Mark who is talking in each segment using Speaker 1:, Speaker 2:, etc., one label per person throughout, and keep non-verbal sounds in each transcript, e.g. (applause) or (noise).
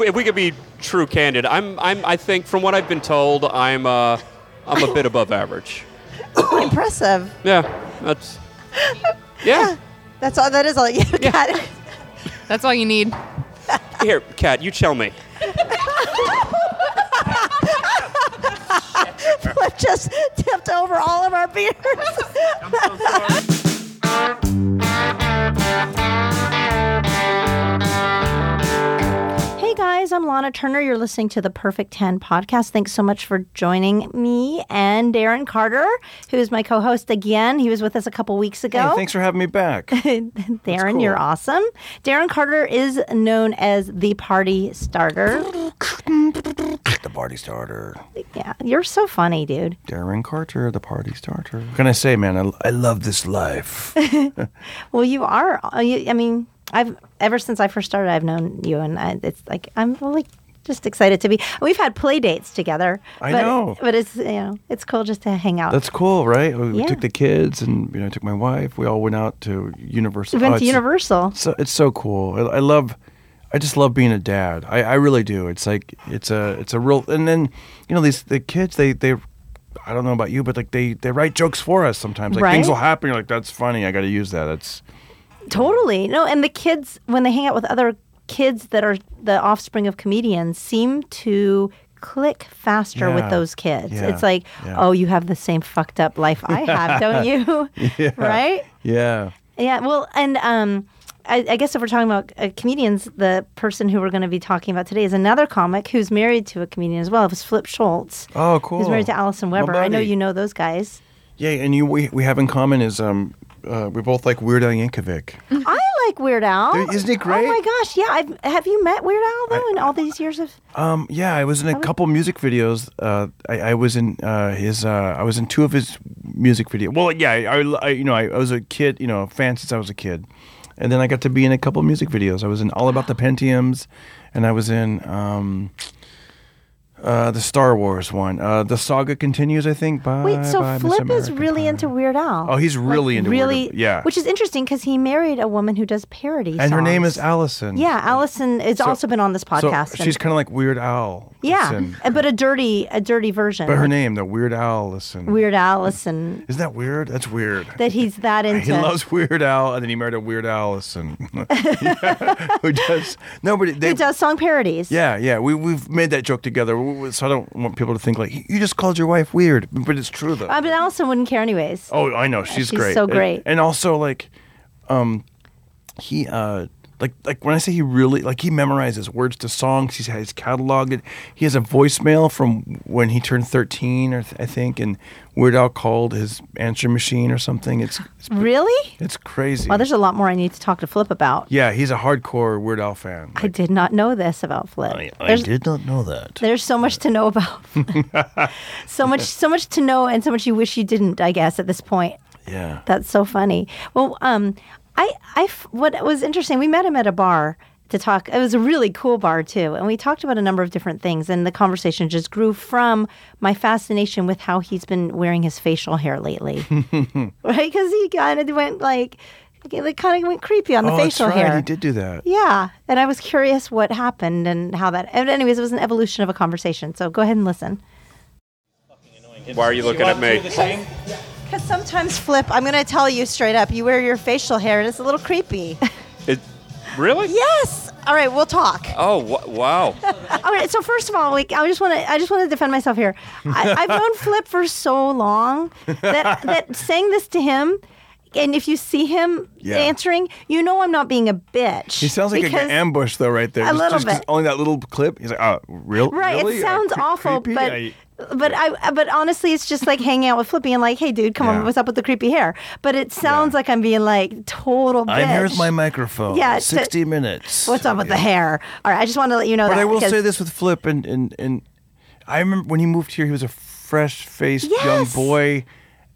Speaker 1: If we could be true candid, I'm, I'm, I think from what I've been told, I'm, uh, I'm a bit above average.
Speaker 2: Impressive.
Speaker 1: Yeah, that's. Yeah.
Speaker 2: That's all. That is all. You got (laughs) it.
Speaker 3: That's all you need.
Speaker 1: Here, Kat, you tell me.
Speaker 2: Flip just tipped over all of our beers. Hey guys, I'm Lana Turner. You're listening to the Perfect 10 podcast. Thanks so much for joining me and Darren Carter, who is my co host again. He was with us a couple weeks ago. (laughs)
Speaker 4: Hey, thanks for having me back.
Speaker 2: Darren,
Speaker 4: cool.
Speaker 2: you're awesome. Darren Carter is known as the party starter.
Speaker 4: the party starter.
Speaker 2: Yeah, you're so funny, dude.
Speaker 4: Darren Carter, the party starter. What can I say, man? I, I love
Speaker 2: (laughs)
Speaker 4: this life.
Speaker 2: Well, you are. uh, you- I mean, I've ever since I first started, I've known you, and I, it's like I'm like just excited to be. We've had play dates together.
Speaker 4: I
Speaker 2: but,
Speaker 4: know.
Speaker 2: but it's you know it's cool just to hang out.
Speaker 4: That's cool, right? We
Speaker 2: Yeah.
Speaker 4: took the kids and, you know, I took my wife. We all went out to Universal.
Speaker 2: we went
Speaker 4: Oh,
Speaker 2: to
Speaker 4: it's-
Speaker 2: Universal.
Speaker 4: So it's so cool. I, I love, I just love being a dad. I, I really do. It's like it's a it's a real. And then you know these the kids they they, I don't know about you, but like they they write jokes for us sometimes. Like
Speaker 2: Right.
Speaker 4: things will happen. You're like that's funny. I got to use that. That's
Speaker 2: Totally. No, and the kids when they hang out with other kids that are the offspring of comedians seem to click faster with
Speaker 4: Yeah.
Speaker 2: those kids.
Speaker 4: Yeah.
Speaker 2: It's like,
Speaker 4: Yeah.
Speaker 2: oh, you have the same fucked up life I have,
Speaker 4: (laughs)
Speaker 2: don't you? Right?
Speaker 4: yeah.
Speaker 2: Yeah. Well, and um, I, I guess if we're talking about uh, comedians, the person who we're going to be talking about today is another comic who's married to a comedian as well. It was Flip Schultz.
Speaker 4: Oh, cool.
Speaker 2: He's married to Allison
Speaker 4: My
Speaker 2: Weber. I know
Speaker 4: buddy.
Speaker 2: you know those guys.
Speaker 4: Yeah, and you we, we have in common is um uh, we both like Weird Al
Speaker 2: (laughs)
Speaker 4: Yankovic.
Speaker 2: I like Weird Al.
Speaker 4: Dude, isn't he great?
Speaker 2: Oh my gosh! Yeah, I've, have you met Weird Al though? in all these years of
Speaker 4: Um, yeah, I was in a couple music videos. Uh, I, I was in uh, his. Uh, I was in two of his music videos. Well, yeah, I, I- I- you know I, I was a kid, you know, a fan since I was a kid, and then I got to be in a couple music videos. I was in All About the Pentiums, and I was in um, uh, the Star Wars one. Uh, the saga continues, I think. Bye,
Speaker 2: wait, so
Speaker 4: Uh, bye, Miss
Speaker 2: Flip is
Speaker 4: American
Speaker 2: really
Speaker 4: Pie.
Speaker 2: into Weird Al.
Speaker 4: Oh, he's really into Weird Al.
Speaker 2: really
Speaker 4: Yeah.
Speaker 2: which is interesting because he married a woman who does parody.
Speaker 4: and her name
Speaker 2: songs.
Speaker 4: is Allison.
Speaker 2: Yeah, Allison has also been on this
Speaker 4: So
Speaker 2: podcast. and-
Speaker 4: she's kind of like Weird Al.
Speaker 2: yeah,
Speaker 4: Listen.
Speaker 2: but a dirty, a dirty version.
Speaker 4: But her
Speaker 2: like
Speaker 4: name, the Weird Al. Listen,
Speaker 2: Weird Allison.
Speaker 4: Isn't that weird? That's weird.
Speaker 2: that he's that into.
Speaker 4: (laughs) He loves Weird Al, and then he married a Weird Allison, (laughs) who does no, but they,
Speaker 2: who does song parodies.
Speaker 4: yeah, yeah. We we've made that joke together, w- w- so I don't want people to think like you just called your wife weird, but it's true though.
Speaker 2: Uh, but Allison wouldn't care anyways.
Speaker 4: oh, I know, she's,
Speaker 2: she's
Speaker 4: great,
Speaker 2: so
Speaker 4: And-
Speaker 2: great.
Speaker 4: and, also like, um, he uh. Like, like when I say he really like he memorizes words to songs. He's had his catalog. And he has a voicemail from when he turned thirteen, or th- I think, and Weird Al called his answer machine or
Speaker 2: (gasps)
Speaker 4: something. It's it's,
Speaker 2: Really?
Speaker 4: it's crazy.
Speaker 2: Well, there's a lot more I need to talk to Flip about.
Speaker 4: Yeah, he's a hardcore Weird Al fan.
Speaker 2: I did not know this about Flip.
Speaker 4: I
Speaker 2: there's,
Speaker 4: did not know that.
Speaker 2: there's so much to know
Speaker 4: (laughs)
Speaker 2: about. Flip. so much, so much to know, and so much you wish you didn't. I guess at this point,
Speaker 4: Yeah.
Speaker 2: that's so funny. Well, um, I, I f- what was interesting. We met him at a bar to talk. It was a really cool bar too, and we talked about a number of different things. And the conversation just grew from my fascination with how he's been wearing his facial hair
Speaker 4: (laughs)
Speaker 2: lately, right? Because he kind of went like, it kind of went creepy on the
Speaker 4: oh,
Speaker 2: facial
Speaker 4: that's right.
Speaker 2: hair.
Speaker 4: He did do that.
Speaker 2: Yeah, and I was curious what happened and how that. And anyways, it was an evolution of a conversation. So go ahead and listen.
Speaker 1: Why are you looking at me?
Speaker 2: Because sometimes, Flip, I'm going to tell you straight up, you wear your facial hair and it's a little creepy.
Speaker 1: It, really?
Speaker 2: Yes. All right, we'll talk.
Speaker 1: Oh, wa- wow.
Speaker 2: All right. So first of all, like, I just want to I just want to defend myself here.
Speaker 4: (laughs)
Speaker 2: I, I've known Flip for so long that
Speaker 4: (laughs)
Speaker 2: that saying this to him. And if you see him
Speaker 4: Yeah.
Speaker 2: answering, you know I'm not being a bitch.
Speaker 4: He sounds like a
Speaker 2: because-
Speaker 4: an ambush though, right there.
Speaker 2: A
Speaker 4: Just-
Speaker 2: little
Speaker 4: just 'cause
Speaker 2: bit.
Speaker 4: Only that little clip. He's like, oh, real?
Speaker 2: Right.
Speaker 4: really?
Speaker 2: It
Speaker 4: Uh,
Speaker 2: sounds
Speaker 4: cre-
Speaker 2: awful,
Speaker 4: creepy?
Speaker 2: but
Speaker 4: I-
Speaker 2: but I but honestly, it's just like hanging out with Flippy and like, hey, dude, come
Speaker 4: Yeah.
Speaker 2: on, what's up with the creepy hair? But it sounds like I'm being like total. Bitch.
Speaker 4: I'm here's my microphone.
Speaker 2: Yeah, it's-
Speaker 4: 60 minutes.
Speaker 2: What's up with the hair? All right, I just want to let you know
Speaker 4: But
Speaker 2: that.
Speaker 4: I will
Speaker 2: because-
Speaker 4: say this with Flip, and and and I remember when he moved here, he was a fresh-faced young
Speaker 2: Yes.
Speaker 4: boy,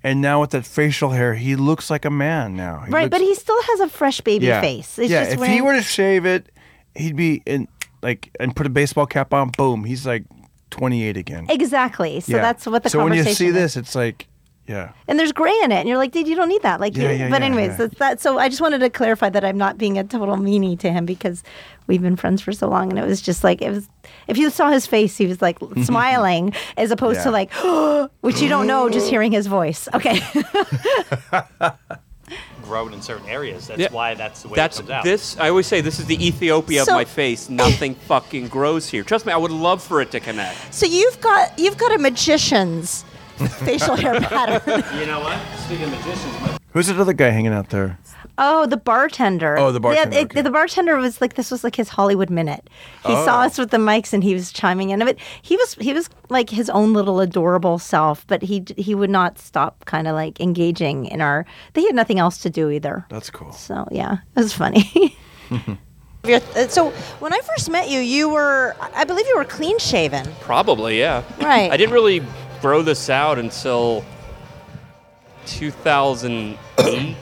Speaker 4: and now with that facial hair, he looks like a man now. He
Speaker 2: Right,
Speaker 4: looks-
Speaker 2: but he still has a fresh baby face. It's
Speaker 4: yeah.
Speaker 2: just
Speaker 4: if
Speaker 2: wearing,
Speaker 4: he were to shave it, he'd be in like and put a baseball cap on. Boom, he's like 28 again.
Speaker 2: exactly. So
Speaker 4: Yeah.
Speaker 2: that's what the
Speaker 4: so when
Speaker 2: conversation.
Speaker 4: you see
Speaker 2: is.
Speaker 4: this, it's like Yeah.
Speaker 2: And there's gray in it, and you're like, dude, you don't need that. Like,
Speaker 4: Yeah,
Speaker 2: you-
Speaker 4: yeah,
Speaker 2: but
Speaker 4: yeah,
Speaker 2: anyways,
Speaker 4: yeah.
Speaker 2: that's that. So I just wanted to clarify that I'm not being a total meanie to him because we've been friends for so long, and it was just like it was. If you saw his face, he was
Speaker 4: (laughs)
Speaker 2: like smiling as opposed to
Speaker 4: Yeah.
Speaker 2: like, (gasps) which you don't know
Speaker 4: (gasps)
Speaker 2: just hearing his voice. Okay,
Speaker 3: grown in certain areas. That's
Speaker 1: Yeah.
Speaker 3: why that's the way
Speaker 1: That's
Speaker 3: it comes out.
Speaker 1: this. I always say this is the Ethiopia
Speaker 2: So-
Speaker 1: of my face. Nothing fucking grows here. Trust me, I would love for it to connect.
Speaker 2: so you've got you've got a
Speaker 4: (laughs)
Speaker 2: magician's facial hair pattern.
Speaker 3: You know what? Speaking of magicians, my
Speaker 4: Who's that other guy hanging out there?
Speaker 2: Oh, the bartender.
Speaker 4: Oh, the bartender,
Speaker 2: Yeah, it-
Speaker 4: okay. Oh.
Speaker 2: the bartender was like this was like his Hollywood minute. He saw us with the mics and he was chiming in. But he was he was like his own little adorable self, but he d- he would not stop kind of like engaging in our. They had nothing else to do either.
Speaker 4: That's cool.
Speaker 2: So yeah, it was (laughs)
Speaker 4: (laughs)
Speaker 2: funny. Your- uh, so when I first met you, you were I believe you were clean shaven.
Speaker 1: Probably, yeah.
Speaker 2: Right.
Speaker 1: I didn't really grow this out until 2008,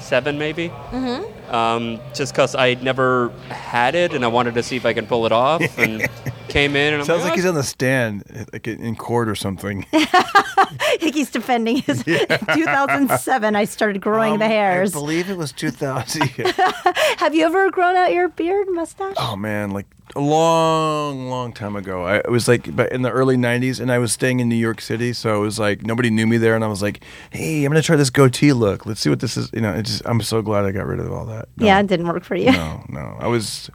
Speaker 1: seven maybe. Mm-hmm. Um, just because I had never had it, and I wanted to see if I could pull it off,
Speaker 4: (laughs)
Speaker 1: and came in and I'm
Speaker 4: Sounds like he's
Speaker 1: "Oh,
Speaker 4: on the stand, like in court or something.
Speaker 2: I think he's defending his (laughs) 2007. I started growing the hairs.
Speaker 4: Um, I believe
Speaker 2: (laughs)
Speaker 4: it was 2000.
Speaker 2: Have you ever grown out your beard mustache?
Speaker 4: oh man, like a long, long time ago. I it was like but in the early '90s, and I was staying in New York City, so it was like nobody knew me there, and I was like, "Hey, I'm gonna try this goatee look. Let's see what this is." You know, it just I'm so glad I got rid of all that. No,
Speaker 2: Yeah, it didn't work for you.
Speaker 4: no, no. I was.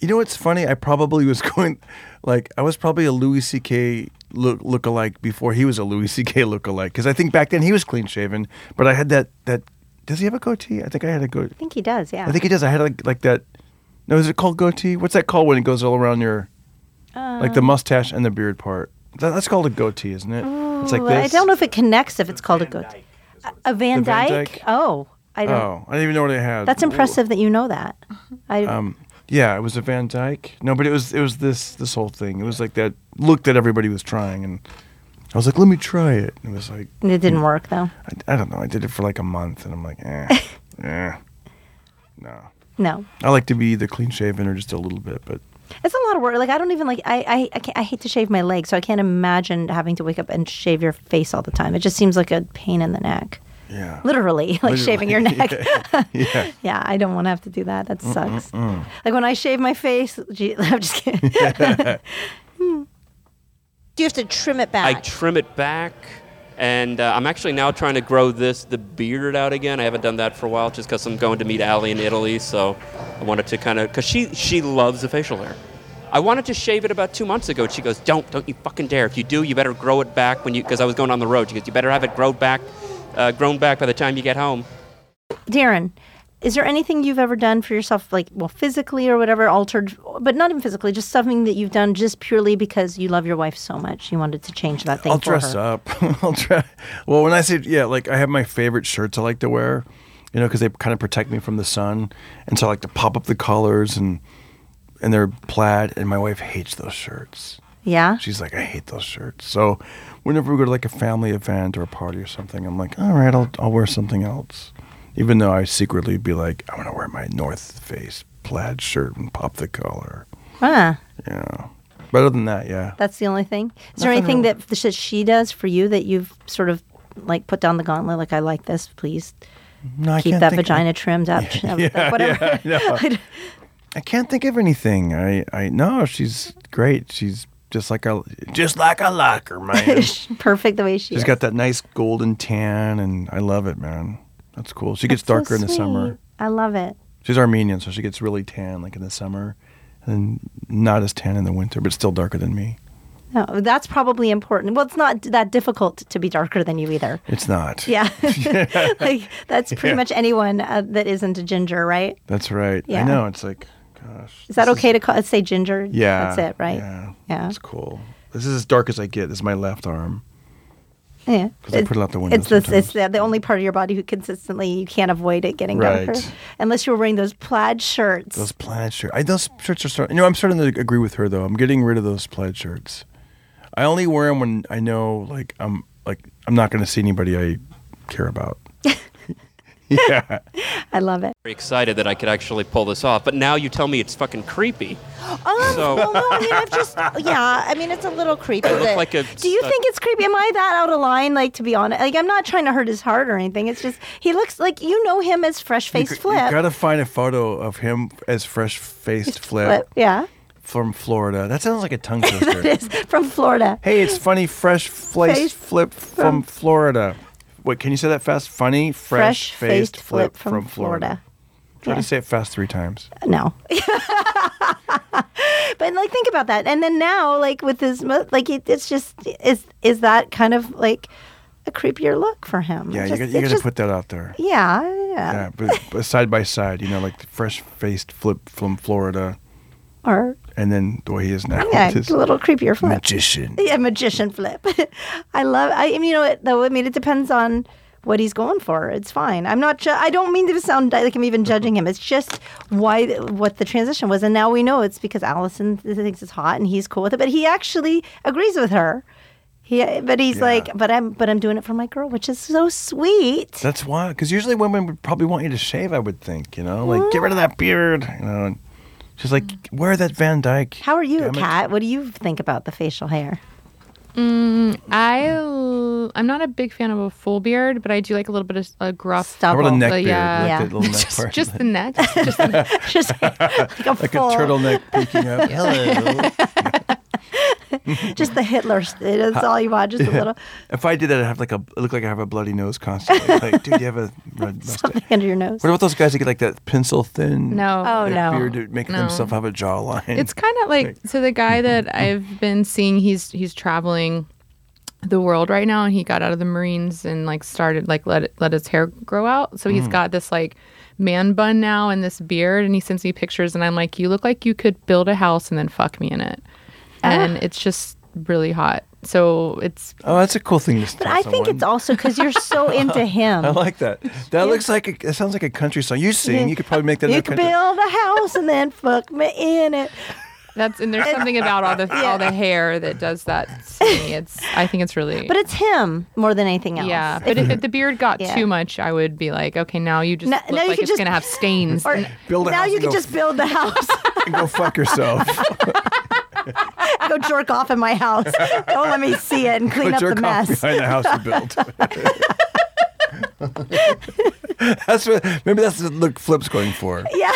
Speaker 4: You know what's funny? I probably was (laughs) going, like I was probably a Louis C.K. look lookalike before he was a Louis C.K. lookalike because I think back then he was clean shaven, but I had that that. Does he have a goatee? I think I had a goatee.
Speaker 2: I think he does. Yeah.
Speaker 4: I think he does. I had like like that. No, is it called goatee? What's that called when it goes all around your, like
Speaker 2: Um,
Speaker 4: the mustache and the beard part? That, that's called a goatee, isn't it? it's like
Speaker 2: Ooh,
Speaker 4: this.
Speaker 2: I don't know if it connects. If it's called a goat, a, a Van
Speaker 4: The Van
Speaker 2: Dyke.
Speaker 4: Dyke?
Speaker 2: Oh, I don't.
Speaker 4: Oh, I didn't even know what I had.
Speaker 2: That's impressive that you know that. I
Speaker 4: Um, Yeah, it was a Van Dyke. No, but it was it was this this whole thing. It was like that look that everybody was trying, and I was like, let me try it. And it was like
Speaker 2: it didn't work though.
Speaker 4: I, I don't know. I did it for like a month, and I'm like,
Speaker 2: (laughs)
Speaker 4: eh, eh, no.
Speaker 2: No,
Speaker 4: I like to be either clean shaven or just a little bit, but
Speaker 2: it's a lot of work. Like I don't even like. I I I, can't, I hate to shave my legs, so I can't imagine having to wake up and shave your face all the time. It just seems like a pain in the neck.
Speaker 4: yeah.
Speaker 2: Literally, (laughs) like
Speaker 4: Literally.
Speaker 2: shaving your neck.
Speaker 4: (laughs) yeah.
Speaker 2: Yeah, I don't want to have to do that. That sucks. Like when I shave my face, gee, (laughs) I'm just
Speaker 4: (laughs)
Speaker 2: kidding. Hmm.
Speaker 5: Do you have to trim it
Speaker 1: I
Speaker 5: back?
Speaker 1: trim it back, and uh, I'm actually now trying to grow this the beard out again. I haven't done that for a while, just because I'm going to meet Allie in Italy. So I wanted to kind of because she she loves the facial hair. I wanted to shave it about two months ago. and She goes, "Don't, don't you fucking dare! If you do, you better grow it back when you." Because I was going on the road. She goes, "You better have it grown back, uh, grown back by the time you get home."
Speaker 2: Darren, is there anything you've ever done for yourself, like, well, physically or whatever, altered, but not even physically, just something that you've done just purely because you love your wife so much, you wanted to change that thing
Speaker 4: I'll
Speaker 2: for
Speaker 4: dress
Speaker 2: her?
Speaker 4: up. (laughs) I'll try. Well, when I say yeah, like I have my favorite shirts I like to wear, you know, because they kind of protect me from the sun, and so I like to pop up the collars and and they're plaid. And my wife hates those shirts.
Speaker 2: Yeah?
Speaker 4: She's like, I hate those shirts. So whenever we go to like a family event or a party or something, I'm like, all right, I'll I'll wear something else, even though I secretly be like, I want to wear my North Face plaid shirt and pop the collar.
Speaker 2: Ah,
Speaker 4: Yeah. But other than that, yeah.
Speaker 2: that's the only thing? Is there anything that, that she does for you that you've sort of, like, put down the gauntlet, like, I like this, please
Speaker 4: No, I
Speaker 2: keep
Speaker 4: can't
Speaker 2: that
Speaker 4: think-
Speaker 2: vagina trimmed
Speaker 4: (laughs)
Speaker 2: up, like, whatever.
Speaker 4: Yeah, (laughs) I know.
Speaker 2: I d-
Speaker 4: I can't think of anything. I I know she's great. She's just like a just like a locker
Speaker 2: (laughs)
Speaker 4: man. she's
Speaker 2: Perfect the way she is.
Speaker 4: got that nice golden tan, and I love it, man. That's cool. She gets
Speaker 2: So
Speaker 4: darker in the
Speaker 2: sweet.
Speaker 4: summer.
Speaker 2: I love it.
Speaker 4: She's Armenian, so she gets really tan, like in the summer, and not as tan in the winter, but still darker than me.
Speaker 2: No, that's probably important. Well, it's not that difficult to be darker than you either.
Speaker 4: It's not. (laughs)
Speaker 2: Yeah. (laughs) like that's pretty much anyone uh, that isn't a ginger, right?
Speaker 4: That's right.
Speaker 2: Yeah.
Speaker 4: I know. It's like, gosh.
Speaker 2: Is that okay to call, say ginger?
Speaker 4: Yeah.
Speaker 2: That's it, right?
Speaker 4: Yeah.
Speaker 2: Yeah.
Speaker 4: It's cool. This is as dark as I get. This is my left arm.
Speaker 2: Yeah.
Speaker 4: 'Cause I put it out the window
Speaker 2: It's, this,
Speaker 4: sometimes.
Speaker 2: it's the, the only part of your body who consistently you can't avoid it getting
Speaker 4: Right.
Speaker 2: darker. Unless you were wearing those plaid shirts.
Speaker 4: Those plaid shirts. I, those shirts are starting. You know, I'm starting to agree with her though. I'm getting rid of those plaid shirts. I only wear them when
Speaker 2: (laughs)
Speaker 4: I know, like, I'm like I'm not going to see anybody I care about. yeah.
Speaker 2: I love it.
Speaker 1: Very excited that I could actually pull this off, but now you tell me it's fucking creepy.
Speaker 5: Um,
Speaker 1: So-
Speaker 5: well, no, I mean, I've just, yeah, I mean, it's a little creepy.
Speaker 1: look
Speaker 5: that-
Speaker 1: like a-
Speaker 2: Do you
Speaker 1: Uh,
Speaker 2: think it's creepy? Am I that out of line? Like to be honest, like I'm not trying to hurt his heart or anything. It's just he looks like you know him as fresh
Speaker 4: You,
Speaker 2: faced
Speaker 4: c- you
Speaker 2: flip.
Speaker 4: gotta find a photo of him as fresh faced
Speaker 2: Flip,
Speaker 4: flip
Speaker 2: yeah, (laughs)
Speaker 4: from Florida. That sounds like a tongue twister.
Speaker 2: it is from Florida.
Speaker 4: hey, it's funny fresh
Speaker 2: Face
Speaker 4: faced flip from Florida. Wait, can you say that fast? Funny fresh
Speaker 2: Fresh-faced
Speaker 4: faced
Speaker 2: flip
Speaker 4: flip
Speaker 2: from
Speaker 4: from Florida.
Speaker 2: Florida.
Speaker 4: Try
Speaker 2: Yeah.
Speaker 4: to say it fast three times.
Speaker 2: No. (laughs) but like think about that. And then now like with his mo- like it, it's just is is that kind of like a creepier look for him?
Speaker 4: Yeah,
Speaker 2: It
Speaker 4: you
Speaker 2: just-
Speaker 4: got you
Speaker 2: it's
Speaker 4: gotta
Speaker 2: just-
Speaker 4: put that out there.
Speaker 2: Yeah, yeah.
Speaker 4: Yeah, but, but side by side, you know, like the fresh faced flip from Florida,
Speaker 2: Or
Speaker 4: and then the way he is now. (laughs)
Speaker 2: yeah,
Speaker 4: Just
Speaker 2: a little creepier flip.
Speaker 4: magician.
Speaker 2: (laughs) yeah, magician flip. (laughs) I love. I, mean, you know, what though. I mean, it depends on what he's going for. It's fine. I'm not. Ju- I don't mean to sound like I'm even judging him. It's just why what the transition was, and now we know it's because Allison thinks it's hot and he's cool with it, but he actually agrees with her. He, but he's
Speaker 4: Yeah.
Speaker 2: like, but I'm, but I'm doing it for my girl, which is so sweet.
Speaker 4: That's why, because usually women would probably want you to shave. I would think, you know, like get rid of that beard. You know, and she's like, wear that Van Dyke.
Speaker 2: How are you,
Speaker 4: Damn it.
Speaker 2: Kat? What do you think about the facial hair?
Speaker 6: I l- I'm not a big fan of a full beard, but I do like a little bit of a gruff. (laughs)
Speaker 2: Stubble.
Speaker 4: How about a neck beard?
Speaker 6: yeah.
Speaker 4: Like
Speaker 2: Yeah.
Speaker 4: that
Speaker 6: (laughs)
Speaker 4: little neck
Speaker 6: just,
Speaker 4: part.
Speaker 6: just the neck. Just the-
Speaker 2: (laughs) Just like, a,
Speaker 4: (laughs) like a
Speaker 2: full-
Speaker 4: turtleneck peeking out. Hello.
Speaker 2: just the Hitler. That's all you want. Just a
Speaker 4: (laughs)
Speaker 2: little
Speaker 4: if I did that, I'd have like a I look like I have a bloody nose constantly. Like, dude, you have a red mustache.
Speaker 2: something under your nose.
Speaker 4: What about those guys that get like that pencil thin?
Speaker 6: no.
Speaker 2: Oh,
Speaker 4: like,
Speaker 2: no.
Speaker 4: Beard to make
Speaker 6: No.
Speaker 4: themselves have a jawline.
Speaker 6: It's kind of like so the guy that I've been seeing he's he's traveling the world right now and he got out of the Marines and like started like let it, let his hair grow out. So he's got this like man bun now and this beard and he sends me pictures and I'm like you look like you could build a house and then fuck me in it. And it's just really hot. So it's
Speaker 4: oh, that's a cool thing to.
Speaker 2: But I think it's also because you're
Speaker 4: (laughs)
Speaker 2: so into him.
Speaker 4: I like that. That looks like a, that sounds like a country song. You sing. You could probably make that.
Speaker 2: You
Speaker 4: into a
Speaker 2: could
Speaker 4: country.
Speaker 2: build a house and then fuck me in it.
Speaker 6: that's and there's something about all the all the hair that does that to me. It's I think it's really
Speaker 2: But it's him more than anything else.
Speaker 6: Yeah, but if, if the beard got
Speaker 2: Yeah.
Speaker 6: too much, I would be like, okay, now you just
Speaker 2: Now-
Speaker 6: look
Speaker 2: now you
Speaker 6: like
Speaker 2: could
Speaker 6: it's
Speaker 2: just-
Speaker 6: gonna have stains.
Speaker 2: Or
Speaker 6: And-
Speaker 4: Build a
Speaker 2: now
Speaker 4: house
Speaker 2: you
Speaker 4: and
Speaker 2: can
Speaker 4: go-
Speaker 2: just build the
Speaker 4: (laughs)
Speaker 2: house.
Speaker 4: Go fuck yourself.
Speaker 2: go jerk off in my house. Don't let me see it and (laughs) clean
Speaker 4: Put
Speaker 2: up
Speaker 4: your
Speaker 2: the
Speaker 4: cock
Speaker 2: mess.
Speaker 4: behind the house you built. (laughs) that's what maybe that's the look Flip's going for.
Speaker 2: (laughs) Yeah.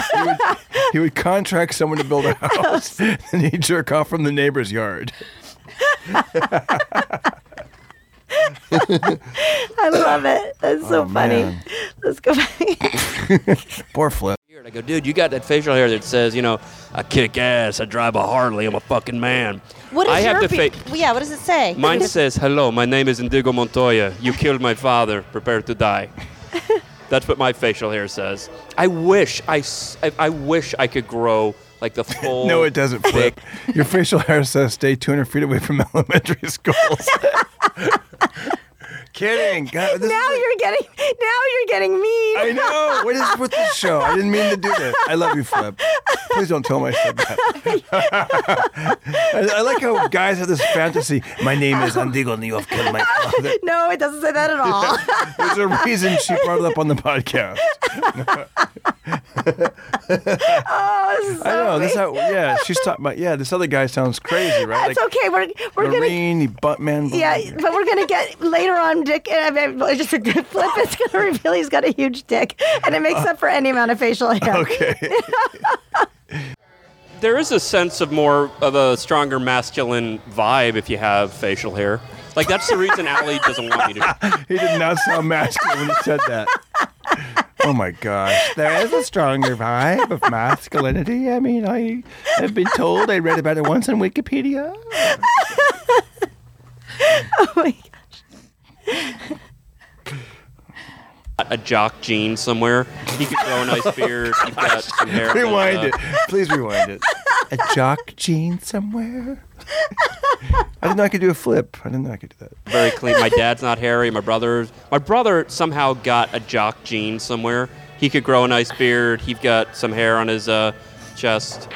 Speaker 4: He would contract someone
Speaker 2: (laughs)
Speaker 4: to build a house, and he'd jerk off from the neighbor's yard.
Speaker 2: I love it. That's so
Speaker 4: Oh,
Speaker 2: funny.
Speaker 4: man.
Speaker 2: Let's go back.
Speaker 4: Poor Flip.
Speaker 1: beard. I go, dude, you got that facial hair that says, you know, I kick ass, I drive a Harley, I'm a fucking man.
Speaker 5: (laughs) What is
Speaker 1: I
Speaker 5: your
Speaker 1: have the
Speaker 5: be-
Speaker 1: fa-
Speaker 5: Yeah, what does it say? (laughs)
Speaker 1: Mine says, hello, my name is Indigo Montoya. You killed my father. Prepare
Speaker 5: (laughs)
Speaker 1: to die. That's what my facial hair says. I wish I, s- I- I wish I could grow like
Speaker 4: (laughs)
Speaker 1: the full.
Speaker 4: No, it doesn't, Flip. Your facial hair says stay 200 feet away from (laughs) elementary schools.
Speaker 2: (laughs)
Speaker 4: Kidding. God, this is
Speaker 2: now
Speaker 4: like-
Speaker 2: you're getting now you're getting mean.
Speaker 4: I know. What is with this show? I didn't mean to do that. I love you, Flip. Please don't tell my son that. I, I like how guys have this fantasy. My name is Andigo and you have killed my father.
Speaker 2: (laughs) No, it doesn't say
Speaker 4: (laughs)
Speaker 2: that at all.
Speaker 4: There's a reason she brought it up on the podcast.
Speaker 2: oh,
Speaker 4: I know. This how, yeah, she's talking about, yeah, this other guy sounds crazy,
Speaker 2: (laughs)
Speaker 4: right?
Speaker 2: it's okay. We're we're gonna
Speaker 4: Marine, he butt man.
Speaker 2: Yeah, but we're gonna get later on. Dick, I mean, it's just a good flip. It's gonna reveal he's got a huge dick, and it makes up for any amount of facial
Speaker 1: (laughs)
Speaker 2: hair. (laughs)
Speaker 4: Okay.
Speaker 1: There is a sense of more of a stronger masculine vibe if you have facial hair. Like that's the reason Allie doesn't want me to.
Speaker 4: He did not sound masculine when he said that. Oh my gosh. There is a stronger vibe of masculinity. I mean, I have been told, I read about it once on Wikipedia.
Speaker 2: Oh my God.
Speaker 1: A jock jean somewhere. He could grow a
Speaker 4: (laughs)
Speaker 1: nice beard. He's got some hair.
Speaker 4: Rewind
Speaker 1: and, uh,
Speaker 4: it. Please rewind it. A jock jean somewhere? I didn't know I could do a flip. I didn't know I could do that.
Speaker 1: very clean. My dad's not hairy. My brother's. My brother somehow got a jock gene somewhere. He could grow a nice beard. He's got some hair on his uh, chest.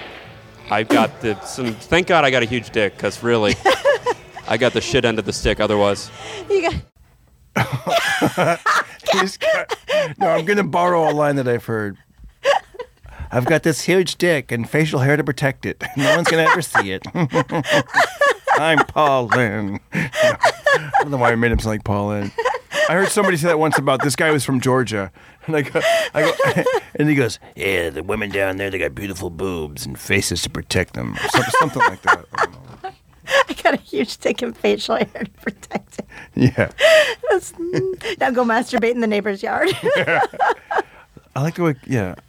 Speaker 1: I've got the some. Thank God I got a huge dick, cause
Speaker 4: (laughs)
Speaker 1: really, I got the shit end of the stick. Otherwise,
Speaker 5: You got-
Speaker 4: He's got, No, I'm going to borrow a line that I've heard. I've got this huge dick and facial hair to protect it. (laughs) No one's going to ever see it. (laughs) I'm Paul Lynn. I don't know why I made him sound like Paul Lynn. I heard somebody say that once about this guy was from Georgia. And I go, I go (laughs) and he goes, Yeah, the women down there, they got beautiful boobs and faces to protect them. Or something, something like that. I don't know. (laughs)
Speaker 2: I got a huge dick and facial hair to protect it.
Speaker 4: Yeah.
Speaker 2: That's, now go masturbate in the
Speaker 1: (laughs)
Speaker 2: neighbor's yard. (laughs)
Speaker 4: I like the way, yeah.
Speaker 2: (laughs)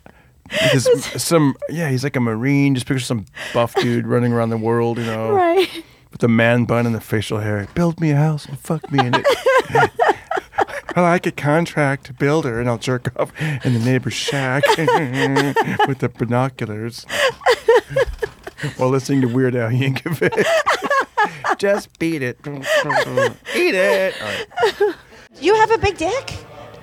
Speaker 4: Because some, yeah, he's like a Marine. Just picture some buff dude running around the world, you know,
Speaker 2: right.
Speaker 4: with the man bun and the facial hair. Build me a house and fuck me
Speaker 2: (laughs)
Speaker 4: in it. I like a contract builder, and I'll jerk off in the neighbor's shack
Speaker 2: (laughs)
Speaker 4: with the binoculars while listening to Weird
Speaker 2: (laughs)
Speaker 4: Al Yankovic. Just beat it, eat it. All right.
Speaker 5: You have a big dick.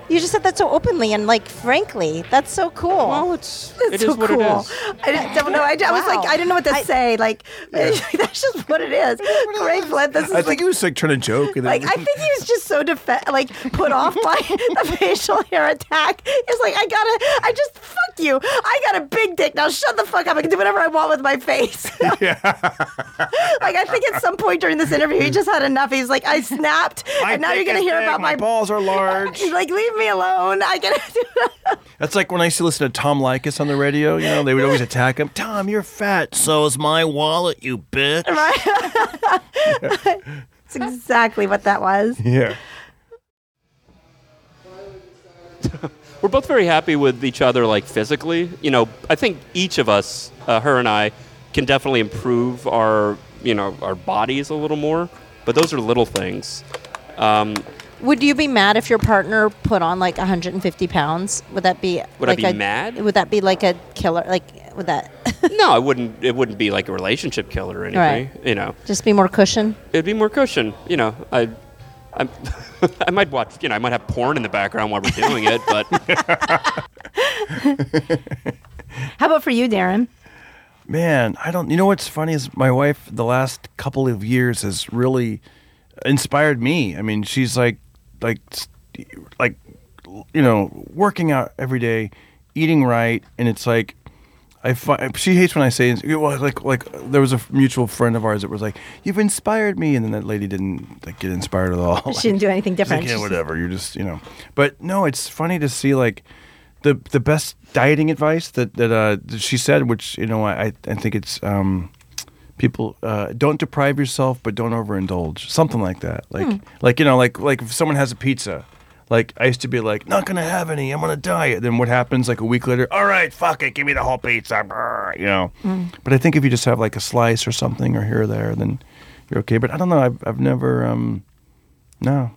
Speaker 5: You just said that so openly and like frankly. That's so cool.
Speaker 1: Well, it's it is
Speaker 2: so
Speaker 1: what
Speaker 2: cool.
Speaker 1: it is.
Speaker 2: I d- don't know. I, d- I was like,
Speaker 5: Wow.
Speaker 2: I didn't know what to say. Like, (laughs) that's just what it is. Great, Flint. This is
Speaker 4: I
Speaker 2: like,
Speaker 4: think he was like trying to joke. And
Speaker 2: like,
Speaker 4: then
Speaker 2: I think he was just so defe- like put off by (laughs) the facial hair attack. It's like, I gotta, I just fuck you. I got a big dick now. Shut the fuck up. I can do whatever I want with my face. (laughs) like, I think at some point during this interview, he just had enough. He's like, I snapped,
Speaker 4: My
Speaker 2: and now you're
Speaker 4: dick
Speaker 2: gonna
Speaker 4: is
Speaker 2: hear
Speaker 4: big,
Speaker 2: about my.
Speaker 4: balls are large.
Speaker 2: (laughs) He's like, leave me alone. I can (laughs) do
Speaker 4: That's like when I used to listen to Tom Likas on the radio. You know, they would always attack him. Tom, you're fat. So is my wallet, you bitch.
Speaker 2: (laughs) That's exactly what that was.
Speaker 4: Yeah.
Speaker 1: We're both very happy with each other, like physically. You know, I think each of us, uh, her and I, can definitely improve our, you know, our bodies a little more. But those are little things. Um,
Speaker 5: Would you be mad if your partner put on like 150 pounds? Would that be
Speaker 1: Would I
Speaker 5: like
Speaker 1: be
Speaker 5: a,
Speaker 1: mad?
Speaker 5: Would that be like a killer? Like would that
Speaker 1: no, it wouldn't. It wouldn't be like a relationship killer or anything. You know,
Speaker 5: just be more cushion?
Speaker 1: it'd be more cushion. You know, I, I, (laughs) I might watch. You know, I might have porn in the background while we're doing it. But
Speaker 2: How about for you, Darren?
Speaker 4: Man, I don't. You know what's funny is my wife. The last couple of years has really inspired me. I mean, she's like, like, s- like, you know, working out every day, eating right, and it's like, I find she hates when I say well, like, like there was a mutual friend of ours that was like, "You've inspired me," and then that lady didn't like get inspired at all. (laughs)
Speaker 2: She didn't do anything
Speaker 4: It's like,
Speaker 2: different.
Speaker 4: yeah, whatever. You're just, you know. But no, it's funny to see like the the best dieting advice that that, uh, that she said, which you know I I think it's um, people uh, don't deprive yourself, but don't overindulge. Something like that. Like like you know like like if someone has a pizza. Like I used to be like, not gonna have any. I'm gonna diet. Then what happens? Like a week later, all right, fuck it, give me the whole pizza. brr," You know. But I think if you just have like a slice or something or here or there, then you're okay. But I don't know. I've I've never um, no.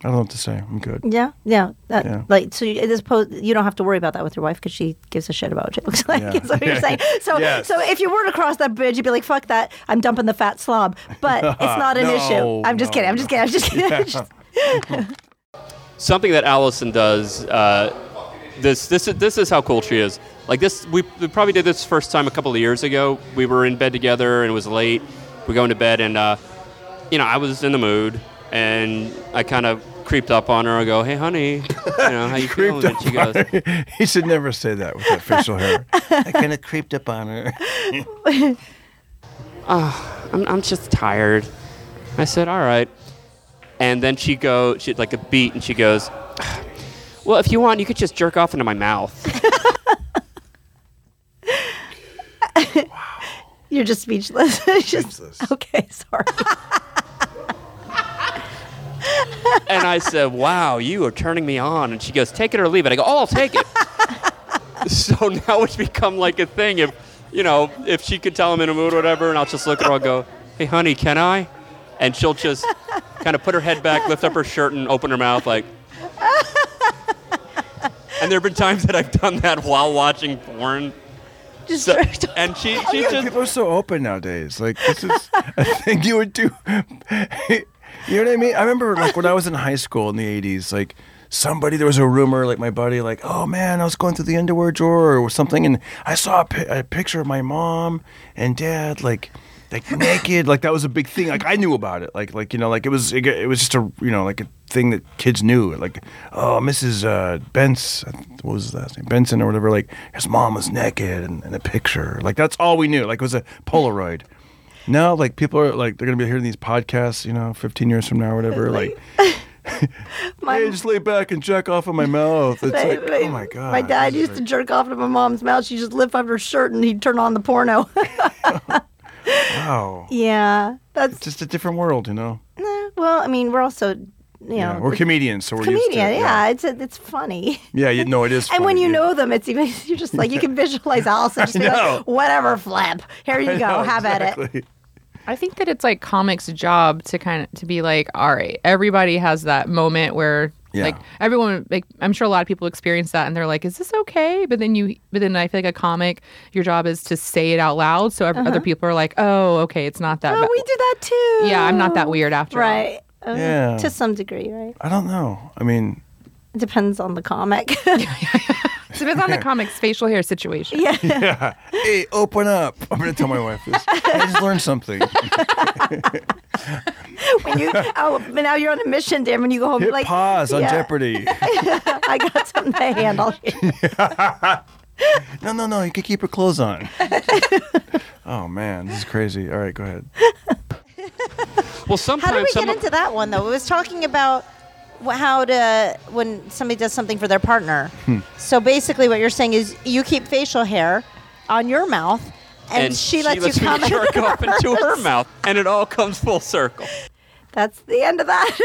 Speaker 4: I don't know what to say. I'm good.
Speaker 2: Yeah, yeah. That,
Speaker 4: Yeah.
Speaker 2: Like, so you, this po- you don't have to worry about that with your wife because she gives a shit about what it looks (laughs) like.
Speaker 4: Yeah.
Speaker 2: Is what you're
Speaker 4: (laughs)
Speaker 2: saying. So,
Speaker 4: Yes.
Speaker 2: so if you were to cross that bridge, you'd be like, "Fuck that! I'm dumping the fat slob." But
Speaker 4: (laughs)
Speaker 2: it's not an
Speaker 4: No,
Speaker 2: issue. I'm just
Speaker 4: no,
Speaker 2: kidding. I'm
Speaker 4: no.
Speaker 2: just kidding. I'm just kidding. (laughs) Just-
Speaker 1: something that Allison does. Uh, this this is- this is how cool she is. Like this, we, we probably did this first time a couple of years ago. We were in bed together and it was late. We go into bed and uh, you know I was in the mood and I kind of creeped up on her. I go, hey honey, you know how you feeling? And (laughs) she goes,
Speaker 4: (laughs) he should never say that with (laughs) that facial hair. I kind of creeped up on her.
Speaker 1: I'm, I'm just tired. I said, all right. And then she go, she like a beat, and she goes, well, if you want, you could just jerk off into my mouth.
Speaker 2: you're just speechless. (laughs) It's just- okay,
Speaker 4: (laughs)
Speaker 2: sorry. (laughs)
Speaker 1: And I said, "Wow, you are turning me on." And she goes, "Take it or leave it." I go, "Oh, I'll take it." (laughs) so now it's become like a thing. If you know, if she could tell I'm in a mood or whatever, and I'll just look at her, I'll go, "Hey, honey, can I?" And she'll just kind of put her head back, lift up her shirt, and open her mouth like. And there have been times that I've done that while watching
Speaker 5: (laughs)
Speaker 1: porn.
Speaker 2: Just
Speaker 1: So-
Speaker 2: jerked off.
Speaker 1: and she, she just
Speaker 4: People are so open nowadays. Like this is a thing you would do. you know what I mean? I remember like when I was in high school in the '80s, like. Somebody, there was a rumor, like my buddy, like, oh man, I was going through the underwear drawer or something, and I saw a, pi- a picture of my mom and dad, like, like naked, like that was a big thing. Like I knew about it, like, like you know, like it was, it, was just a, you know, like a thing that kids knew. Like, oh, Mrs. Uh, Benson, what was his last name? Benson or whatever. Like, his mom was naked and, and a picture. Like, that's all we knew. Like, it was a Polaroid. Now, like, people are like, they're gonna be hearing these podcasts, you know, 15 years from now or whatever. Like,
Speaker 2: My-
Speaker 4: hey, just lay back and jack off in my mouth. It's like, oh my god.
Speaker 2: My dad
Speaker 4: this is
Speaker 2: used to jerk off to my mom's mouth. She'd just lift up her shirt and he'd turn on the porno. (laughs)
Speaker 4: like, wow.
Speaker 2: yeah, that's
Speaker 4: It's just a different world, you know.
Speaker 2: nah, well. I mean, we're also, you know,
Speaker 4: Yeah, we're comedians, so we're used to
Speaker 2: comedian.
Speaker 4: it.
Speaker 2: Yeah, it's a, it's funny.
Speaker 4: Yeah, you, no, it is.
Speaker 2: And when
Speaker 4: funny,
Speaker 2: you
Speaker 4: yeah.
Speaker 2: know them, it's even (laughs) you're just like you can
Speaker 4: (laughs)
Speaker 2: visualize Allison just be
Speaker 4: know.
Speaker 2: like, whatever, flap. Here you go,
Speaker 4: Yeah,
Speaker 2: have at it.
Speaker 4: exactly.
Speaker 6: I think that it's like comics' job to kind of to be like, all right, everybody has that moment where
Speaker 4: Yeah.
Speaker 6: like everyone like I'm sure a lot of people experience that and they're like, is this okay? But then you but then I feel like a comic, your job is to say it out loud so ev- other people are like, oh, okay, it's not that.
Speaker 2: Uh-huh. Oh,
Speaker 6: ba-
Speaker 2: we do that too.
Speaker 6: yeah, I'm not that weird after all.
Speaker 2: Right. Uh,
Speaker 4: Yeah.
Speaker 2: To some degree, right?
Speaker 4: I don't know. I mean,
Speaker 2: It depends on the comic. (laughs)
Speaker 6: So it's on the comic's facial hair situation. Yeah.
Speaker 4: hey, open up. I'm gonna tell my wife this. I just learned
Speaker 2: (laughs)
Speaker 4: something.
Speaker 2: when
Speaker 4: (laughs)
Speaker 2: you oh, but now you're on a mission, Dan. When you go home,
Speaker 4: Hit
Speaker 2: like
Speaker 4: pause on
Speaker 2: yeah,
Speaker 4: Jeopardy.
Speaker 2: (laughs) I got something to handle. here.
Speaker 4: No, no, no. You can keep your clothes
Speaker 2: (laughs)
Speaker 4: on. oh man, this is crazy. All right, go ahead.
Speaker 1: Well, sometimes
Speaker 5: (laughs) How did we
Speaker 1: some
Speaker 5: get into that one though? It was talking about wh- how to when somebody does something for their partner.
Speaker 4: Hmm.
Speaker 5: So basically, what you're saying is you keep facial hair on your mouth, and, she, lets, you
Speaker 1: me
Speaker 5: come.
Speaker 1: jerk off into her mouth, and it all comes full circle.
Speaker 2: That's the end of that.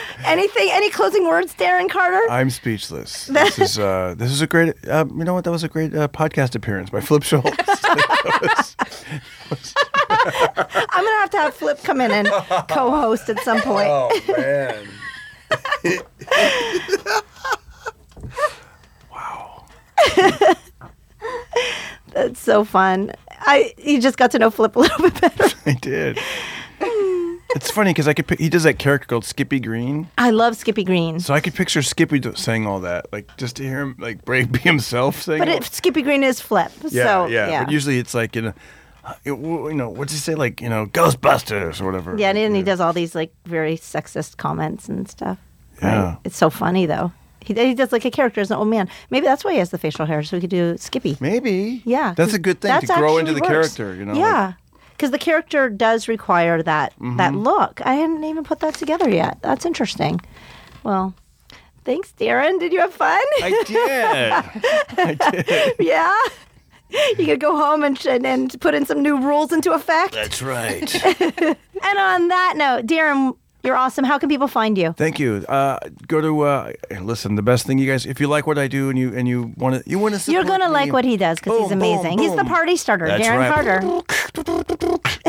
Speaker 2: (laughs) Anything? Any closing words, Darren Carter?
Speaker 4: I'm
Speaker 2: (laughs)
Speaker 4: speechless. This is uh, this is a great. Uh, you know what? That was a great uh, podcast appearance by Flip Schultz.
Speaker 2: (laughs)
Speaker 4: That was-
Speaker 2: I'm gonna have to have Flip come in
Speaker 4: (laughs)
Speaker 2: and co-host at some point.
Speaker 4: Oh man.
Speaker 2: That's so fun. I you just got to know Flip a little (laughs) bit better.
Speaker 4: (laughs) I did. It's funny because I could. Pic- he does that character called Skippy Green,
Speaker 2: I love Skippy Green.
Speaker 4: so I could picture Skippy do- saying all that, like just to hear him like break be himself saying.
Speaker 2: But
Speaker 4: all-
Speaker 2: it, Skippy Green is Flip.
Speaker 4: yeah,
Speaker 2: so,
Speaker 4: yeah, But usually it's like you know, uh, it- w- you know, what's he say? Like you know, Ghostbusters or whatever.
Speaker 2: Yeah, and then he
Speaker 4: Yeah.
Speaker 2: does all these like very sexist comments and stuff.
Speaker 4: Yeah.
Speaker 2: Right? It's so funny though. He, he does like a character as an old man. Maybe that's why he has the facial hair, so he could do Skippy.
Speaker 4: Maybe.
Speaker 2: Yeah,
Speaker 4: That's
Speaker 2: 'cause
Speaker 4: a good thing
Speaker 2: that's
Speaker 4: to grow into the
Speaker 2: actually works.
Speaker 4: character. You know. like- Mm-hmm.
Speaker 2: Yeah, because the character does require that that look. I hadn't even put that together yet. That's interesting. Well, thanks, Darren. Did you have fun?
Speaker 4: I did.
Speaker 2: (laughs) yeah. You could go home and, and and put in some new rules into effect.
Speaker 4: That's right.
Speaker 2: and on that note, Darren, you're awesome. How can people find you?
Speaker 4: Thank you. Uh, go to uh, listen. The best thing you guys, if you like what I do and you and you want to, you want to.
Speaker 2: You're gonna like what he does because he's
Speaker 4: Boom, boom,
Speaker 2: amazing. He's the
Speaker 4: boom.
Speaker 2: party starter,
Speaker 4: That's
Speaker 2: Darren
Speaker 4: right.
Speaker 2: Carter. (laughs)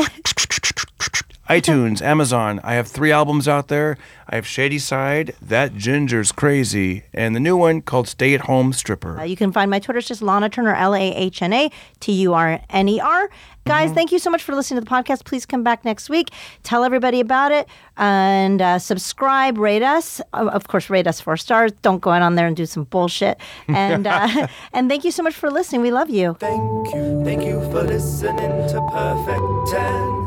Speaker 4: iTunes, Amazon. I have three albums out there. I have Shady Side, That Ginger's Crazy, and the new one called Stay at Home Stripper.
Speaker 2: Uh, you can find my Twitter. It's just Lana Turner, L A H N A T U R N E R. Guys, thank you so much for listening to the podcast. Please come back next week. Tell everybody about it and uh, subscribe, rate us. Of of course, rate us four stars. Don't go out on there and do some bullshit. And uh, (laughs) and thank you so much for listening. We love you.
Speaker 7: Thank you, thank you for listening to Perfect 10.